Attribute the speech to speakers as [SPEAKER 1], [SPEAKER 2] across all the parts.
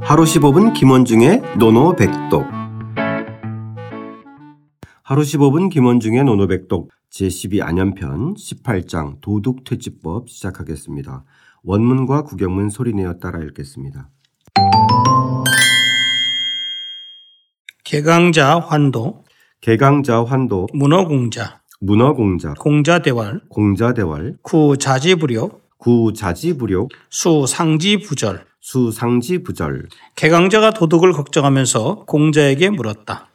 [SPEAKER 1] 하루 15분 김원중의 노노백독 하루 15분 김원중의 노노백독 제12 안연편 18장 도둑퇴치법 시작하겠습니다. 원문과 구경문 소리내어 따라 읽겠습니다.
[SPEAKER 2] 개강자 환도,
[SPEAKER 1] 개강자 환도
[SPEAKER 2] 문어공자,
[SPEAKER 1] 문어공작
[SPEAKER 2] 공자대활,
[SPEAKER 1] 공자대활
[SPEAKER 2] 구자지부려,
[SPEAKER 1] 구자지부력
[SPEAKER 2] 수상지부절.
[SPEAKER 1] 수상지부절
[SPEAKER 2] 개강자가 도둑을 걱정하면서 공자에게 물었다.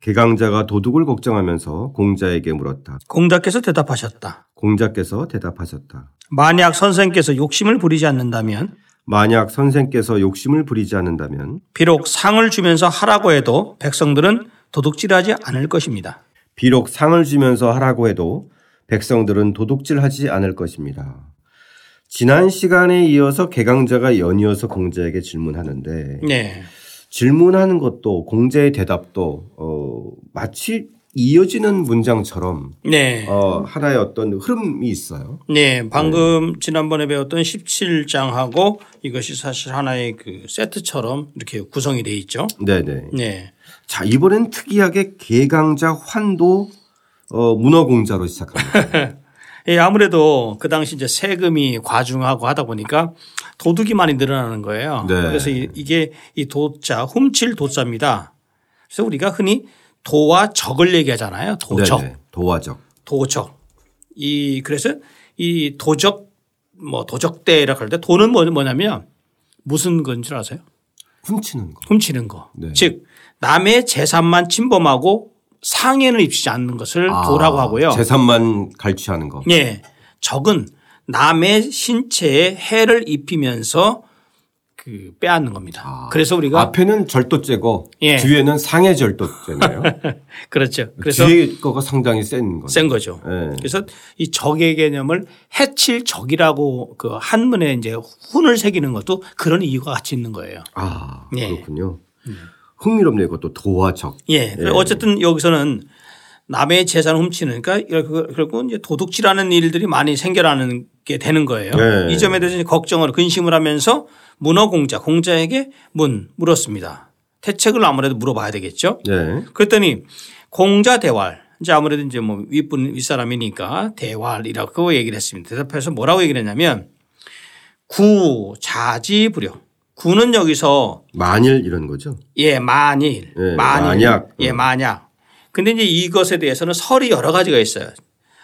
[SPEAKER 1] 개강자가 도둑을 걱정하면서 공자에게 물었다.
[SPEAKER 2] 공자께서 대답하셨다.
[SPEAKER 1] 공자께서 대답하셨다.
[SPEAKER 2] 만약 선생께서 욕심을 부리지 않는다면
[SPEAKER 1] 만약 선생께서 욕심을 부리지 않는다면
[SPEAKER 2] 비록 상을 주면서 하라고 해도 백성들은 도둑질하지 않을 것입니다.
[SPEAKER 1] 비록 상을 주면서 하라고 해도 백성들은 도둑질하지 않을 것입니다. 지난 시간에 이어서 개강자가 연이어서 공자에게 질문하는데
[SPEAKER 2] 네.
[SPEAKER 1] 질문하는 것도 공자의 대답도 어, 마치 이어지는 문장처럼
[SPEAKER 2] 네.
[SPEAKER 1] 어, 하나의 어떤 흐름이 있어요.
[SPEAKER 2] 네, 방금 지난번에 배웠던 17장하고 이것이 사실 하나의 그 세트처럼 이렇게 구성이 돼 있죠.
[SPEAKER 1] 네네.
[SPEAKER 2] 네.
[SPEAKER 1] 자 이번엔 특이하게 개강자 환도 어, 문어공자로 시작합니다.
[SPEAKER 2] 예, 아무래도 그 당시 이제 세금이 과중하고 하다 보니까 도둑이 많이 늘어나는 거예요.
[SPEAKER 1] 네.
[SPEAKER 2] 그래서 이- 이게 이 도자, 훔칠 도자입니다. 그래서 우리가 흔히 도와 적을 얘기하잖아요. 도적,
[SPEAKER 1] 네네. 도화적.
[SPEAKER 2] 도적. 이 그래서 이 도적 뭐 도적대라 그럴 때 도는 뭐- 뭐냐면 무슨 건 줄 아세요?
[SPEAKER 1] 훔치는 거.
[SPEAKER 2] 훔치는 거.
[SPEAKER 1] 네.
[SPEAKER 2] 즉 남의 재산만 침범하고 상해는 입히지 않는 것을 도라고
[SPEAKER 1] 아,
[SPEAKER 2] 하고요.
[SPEAKER 1] 재산만 갈취하는 거.
[SPEAKER 2] 예. 적은 남의 신체에 해를 입히면서 그 빼앗는 겁니다.
[SPEAKER 1] 아.
[SPEAKER 2] 그래서 우리가
[SPEAKER 1] 앞에는 절도죄고
[SPEAKER 2] 그러니까 예.
[SPEAKER 1] 뒤에는 상해 절도죄네요.
[SPEAKER 2] 그렇죠. 그래서
[SPEAKER 1] 뒤에 거가 상당히 센 거죠.
[SPEAKER 2] 센 거죠.
[SPEAKER 1] 예.
[SPEAKER 2] 그래서 이 적의 개념을 해칠 적이라고 그 한문에 이제 훈을 새기는 것도 그런 이유가 같이 있는 거예요.
[SPEAKER 1] 아
[SPEAKER 2] 예.
[SPEAKER 1] 그렇군요. 흥미롭네요. 이것도 도화적.
[SPEAKER 2] 예. 그래서 어쨌든 여기서는 남의 재산 훔치는 그러니까 결국- 결국은 이제 도둑질하는 일들이 많이 생겨나는 게 되는 거예요.
[SPEAKER 1] 네.
[SPEAKER 2] 이 점에 대해서 이제 걱정을 근심을 하면서 문어공자 공자에게 문 물었습니다. 대책을 아무래도 물어봐야 되겠죠.
[SPEAKER 1] 예.
[SPEAKER 2] 그랬더니 공자 대활 이제 아무래도 이제 뭐 윗분 윗사람이니까 대활이라고 얘기를 했습니다. 대답해서 뭐라고 얘기를 했냐면 구 자지부려 구는 여기서
[SPEAKER 1] 만일 이런 거죠.
[SPEAKER 2] 예, 만일.
[SPEAKER 1] 예, 만약.
[SPEAKER 2] 예, 만약. 근데 이제 이것에 대해서는 설이 여러 가지가 있어요.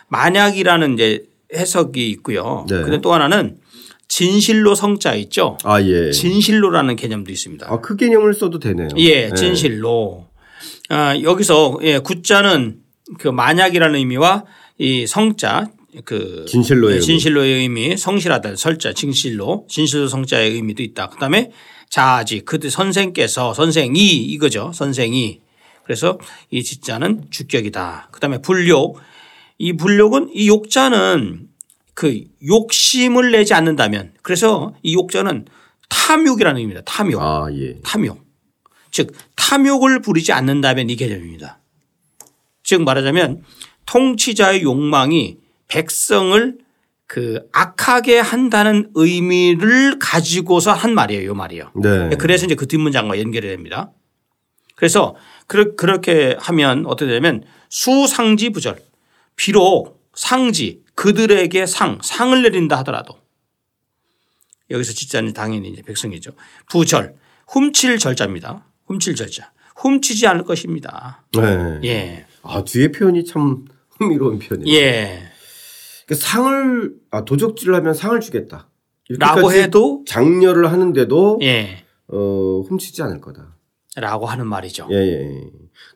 [SPEAKER 2] 만약이라는 이제 해석이 있고요.
[SPEAKER 1] 네.
[SPEAKER 2] 근데 또 하나는 진실로 성자 있죠.
[SPEAKER 1] 아 예.
[SPEAKER 2] 진실로라는 개념도 있습니다.
[SPEAKER 1] 아 그 개념을 써도 되네요.
[SPEAKER 2] 예, 진실로. 아, 여기서 예, 구자는 그 만약이라는 의미와 이 성자 그
[SPEAKER 1] 진실로의
[SPEAKER 2] 예, 진실로의 의미, 성실하다, 설자, 진실로, 진실로 성자의 의미도 있다. 그다음에 자지, 그때 선생께서 선생이 이거죠, 선생이. 그래서 이 지자는 주격이다. 그다음에 불욕, 이 불욕은 이 욕자는 그 욕심을 내지 않는다면, 그래서 이 욕자는 탐욕이라는 의미입니다. 탐욕.
[SPEAKER 1] 아 예.
[SPEAKER 2] 탐욕. 즉 탐욕을 부리지 않는다면 이 개념입니다. 즉 말하자면 통치자의 욕망이 백성을 그 악하게 한다는 의미를 가지고서 한 말이에요, 이 말이요.
[SPEAKER 1] 네.
[SPEAKER 2] 그래서 이제 그 뒷문장과 연결이 됩니다. 그래서 그렇- 그렇게 하면 어떻게 되냐면 수상지 부절. 비록 상지 그들에게 상 상을 내린다 하더라도 여기서 지자는 당연히 이제 백성이죠. 부절 훔칠 절자입니다. 훔칠 절자. 훔치지 않을 것입니다.
[SPEAKER 1] 네.
[SPEAKER 2] 예.
[SPEAKER 1] 아 뒤에 표현이 참 흥미로운 표현이에요.
[SPEAKER 2] 예.
[SPEAKER 1] 그 상을 아 도적질을 하면 상을 주겠다.
[SPEAKER 2] 라고
[SPEAKER 1] 이렇게까지
[SPEAKER 2] 해도
[SPEAKER 1] 장려를 하는데도
[SPEAKER 2] 예.
[SPEAKER 1] 어, 훔치지 않을 거다.
[SPEAKER 2] 라고 하는 말이죠.
[SPEAKER 1] 예, 예. 예.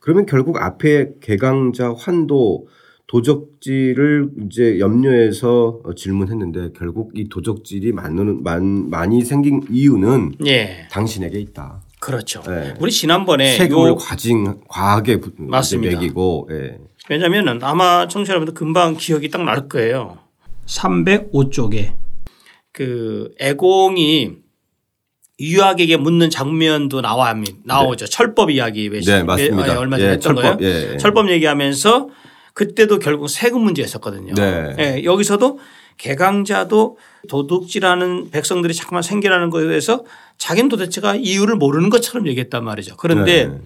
[SPEAKER 1] 그러면 결국 앞에 개강자 환도 도적질을 이제 염려해서 어, 질문했는데 결국 이 도적질이 많은, 많, 많이 생긴 이유는
[SPEAKER 2] 예.
[SPEAKER 1] 당신에게 있다.
[SPEAKER 2] 그렇죠.
[SPEAKER 1] 예.
[SPEAKER 2] 우리 지난번에
[SPEAKER 1] 세금을
[SPEAKER 2] 요
[SPEAKER 1] 과징 과하게 부- 이제
[SPEAKER 2] 맞습니다.
[SPEAKER 1] 매기고 예.
[SPEAKER 2] 왜냐면은 아마 청취자 여러분들 금방 기억이 딱 날 거예요. 305쪽에 그 애공이 유학에게 묻는 장면도 나와 나오죠. 철법 이야기 왜
[SPEAKER 1] 네 맞습니다.
[SPEAKER 2] 예, 얼마 전에
[SPEAKER 1] 예,
[SPEAKER 2] 했던
[SPEAKER 1] 철법,
[SPEAKER 2] 거예요.
[SPEAKER 1] 예, 예.
[SPEAKER 2] 철법 얘기하면서 그때도 결국 세금 문제였었거든요.
[SPEAKER 1] 네.
[SPEAKER 2] 예, 여기서도 개강자도 도둑질하는 백성들이 자꾸만 생겨나는 거에 대해서 자기는 도대체가 이유를 모르는 것처럼 얘기했단 말이죠. 그런데
[SPEAKER 1] 네.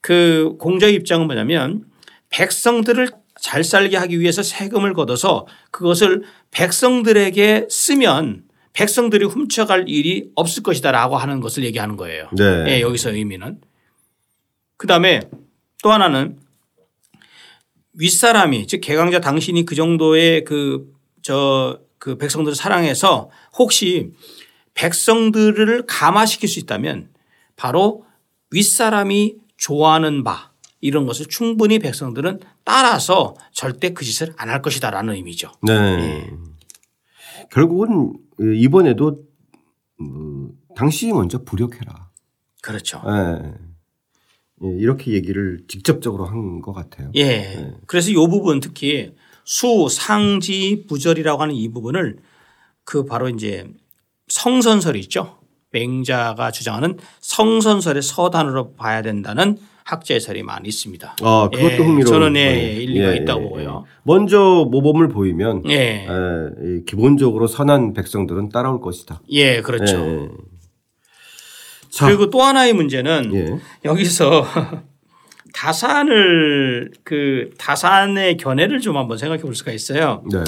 [SPEAKER 2] 그 공자의 입장은 뭐냐면 백성들을 잘 살게 하기 위해서 세금을 걷어서 그것을 백성들에게 쓰면 백성들이 훔쳐갈 일이 없을 것이다라고 하는 것을 얘기하는 거예요.
[SPEAKER 1] 네.
[SPEAKER 2] 예, 여기서 의미는. 그 다음에 또 하나는 윗사람이 즉 개강자 당신이 그 정도의 그 저 그 백성들을 사랑해서 혹시 백성들을 감화시킬 수 있다면 바로 윗사람이 좋아하는 바 이런 것을 충분히 백성들은 따라서 절대 그 짓을 안 할 것이다라는 의미죠.
[SPEAKER 1] 네.
[SPEAKER 2] 예.
[SPEAKER 1] 결국은 이번에도 음, 당신이 먼저 부력해라.
[SPEAKER 2] 그렇죠.
[SPEAKER 1] 예. 예, 이렇게 얘기를 직접적으로 한 것 같아요.
[SPEAKER 2] 예.
[SPEAKER 1] 네.
[SPEAKER 2] 그래서 이 부분 특히 수, 상지, 부절이라고 하는 이 부분을 그 바로 이제 성선설이 있죠. 맹자가 주장하는 성선설의 서단으로 봐야 된다는 학자의 설이 많이 있습니다.
[SPEAKER 1] 아, 그것도
[SPEAKER 2] 예,
[SPEAKER 1] 흥미로운.
[SPEAKER 2] 저는 예,
[SPEAKER 1] 거예요.
[SPEAKER 2] 예, 일리가
[SPEAKER 1] 예,
[SPEAKER 2] 있다고
[SPEAKER 1] 예,
[SPEAKER 2] 보고요.
[SPEAKER 1] 예. 먼저 모범을 보이면 예,
[SPEAKER 2] 예.
[SPEAKER 1] 이 기본적으로 선한 백성들은 따라올 것이다.
[SPEAKER 2] 예, 그렇죠.
[SPEAKER 1] 예. 자,
[SPEAKER 2] 그리고 또 하나의 문제는
[SPEAKER 1] 예.
[SPEAKER 2] 여기서 다산을 그 다산의 견해를 좀 한번 생각해 볼 수가 있어요.
[SPEAKER 1] 네.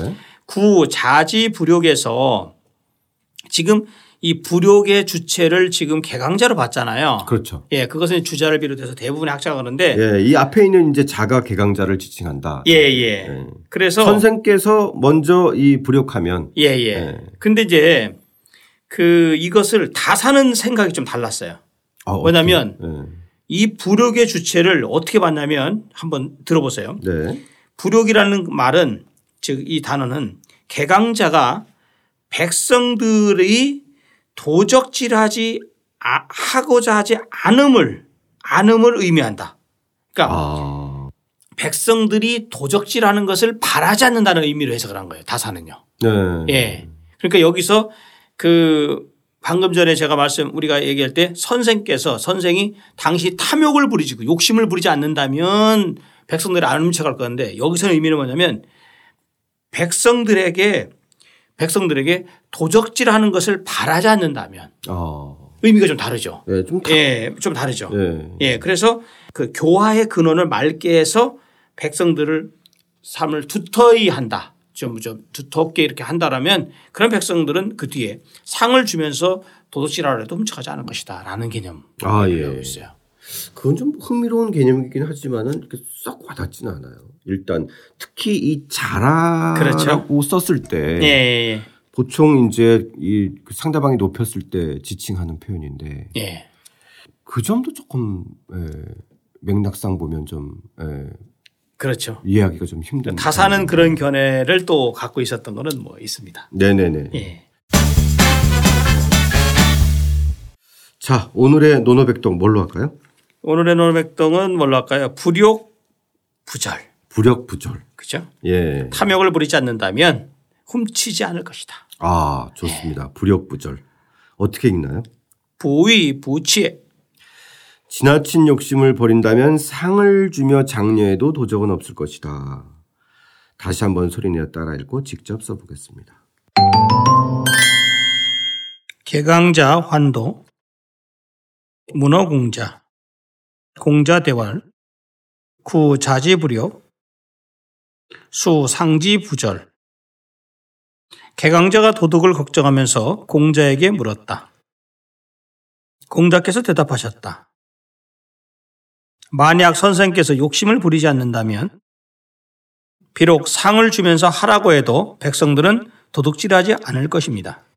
[SPEAKER 2] 구 자지 부력에서 지금 이 부력의 주체를 지금 개강자로 봤잖아요.
[SPEAKER 1] 그렇죠.
[SPEAKER 2] 예, 그것은 주자를 비롯해서 대부분의 학자가 그런데
[SPEAKER 1] 예, 이 앞에 있는 이제 자가 개강자를 지칭한다.
[SPEAKER 2] 예, 예.
[SPEAKER 1] 예.
[SPEAKER 2] 그래서
[SPEAKER 1] 선생께서 먼저 이 부력하면
[SPEAKER 2] 예, 예.
[SPEAKER 1] 예.
[SPEAKER 2] 근데 이제 그 이것을 다사는 생각이 좀 달랐어요.
[SPEAKER 1] 아, 어떻게-
[SPEAKER 2] 뭐냐면
[SPEAKER 1] 예.
[SPEAKER 2] 이 부력의 주체를 어떻게 봤냐면 한번 들어보세요.
[SPEAKER 1] 네.
[SPEAKER 2] 부력이라는 말은 즉 이 단어는 개강자가 백성들의 도적질하지 아- 하고자 하지 않음을 않음을 의미한다. 그러니까
[SPEAKER 1] 아.
[SPEAKER 2] 백성들이 도적질하는 것을 바라지 않는다는 의미로 해석을 한 거예요. 다사는요.
[SPEAKER 1] 네.
[SPEAKER 2] 예. 그러니까 여기서 그 방금 전에 제가 말씀 우리가 얘기할 때 선생께서 선생이 당시 탐욕을 부리지고 그 욕심을 부리지 않는다면 백성들이 안 훔쳐갈 건데 여기서는 의미는 뭐냐면 백성들에게 백성들에게 도적질하는 것을 바라지 않는다면
[SPEAKER 1] 아.
[SPEAKER 2] 의미가 좀 다르죠.
[SPEAKER 1] 예, 좀 다,
[SPEAKER 2] 예, 좀 다르죠.
[SPEAKER 1] 예.
[SPEAKER 2] 예, 그래서 그 교화의 근원을 맑게 해서 백성들을 삶을 두터이 한다. 좀, 좀 두텁게 이렇게 한다라면 그런 백성들은 그 뒤에 상을 주면서 도둑질하라 해도 훔쳐가지 않을 것이다. 라는 개념을
[SPEAKER 1] 아,
[SPEAKER 2] 배우고
[SPEAKER 1] 예.
[SPEAKER 2] 있어요.
[SPEAKER 1] 그건 좀 흥미로운 개념이긴 하지만은 이렇게 썩 와닿지는 않아요. 일단 특히 이 자라라고 썼을 때
[SPEAKER 2] 예, 예,
[SPEAKER 1] 보통 이제 이그 상대방이 높였을 때 지칭하는 표현인데
[SPEAKER 2] 예. 예.
[SPEAKER 1] 그 점도 조금 예, 맥락상 보면 좀 예,
[SPEAKER 2] 그렇죠.
[SPEAKER 1] 이해하기가 좀 힘든.
[SPEAKER 2] 다사는 그런 견해를 또 갖고 있었던 거는 뭐 있습니다.
[SPEAKER 1] 네네네.
[SPEAKER 2] 예.
[SPEAKER 1] 자 오늘의 노노백동 뭘로 할까요?
[SPEAKER 2] 오늘의 노백동은 뭘로 할까요? 부욕, 부절.
[SPEAKER 1] 부력부절.
[SPEAKER 2] 그죠?
[SPEAKER 1] 예.
[SPEAKER 2] 탐욕을 부리지 않는다면 훔치지 않을 것이다.
[SPEAKER 1] 아 좋습니다. 부력부절. 어떻게 읽나요?
[SPEAKER 2] 부위 부치
[SPEAKER 1] 지나친 욕심을 버린다면 상을 주며 장려해도 도적은 없을 것이다. 다시 한번 소리내어 따라 읽고 직접 써보겠습니다.
[SPEAKER 2] 개강자 환도 문어공자 공자대활 구자지부려 수상지부절 개강자가 도둑을 걱정하면서 공자에게 물었다. 공자께서 대답하셨다. 만약 선생께서 욕심을 부리지 않는다면 비록 상을 주면서 하라고 해도 백성들은 도둑질하지 않을 것입니다.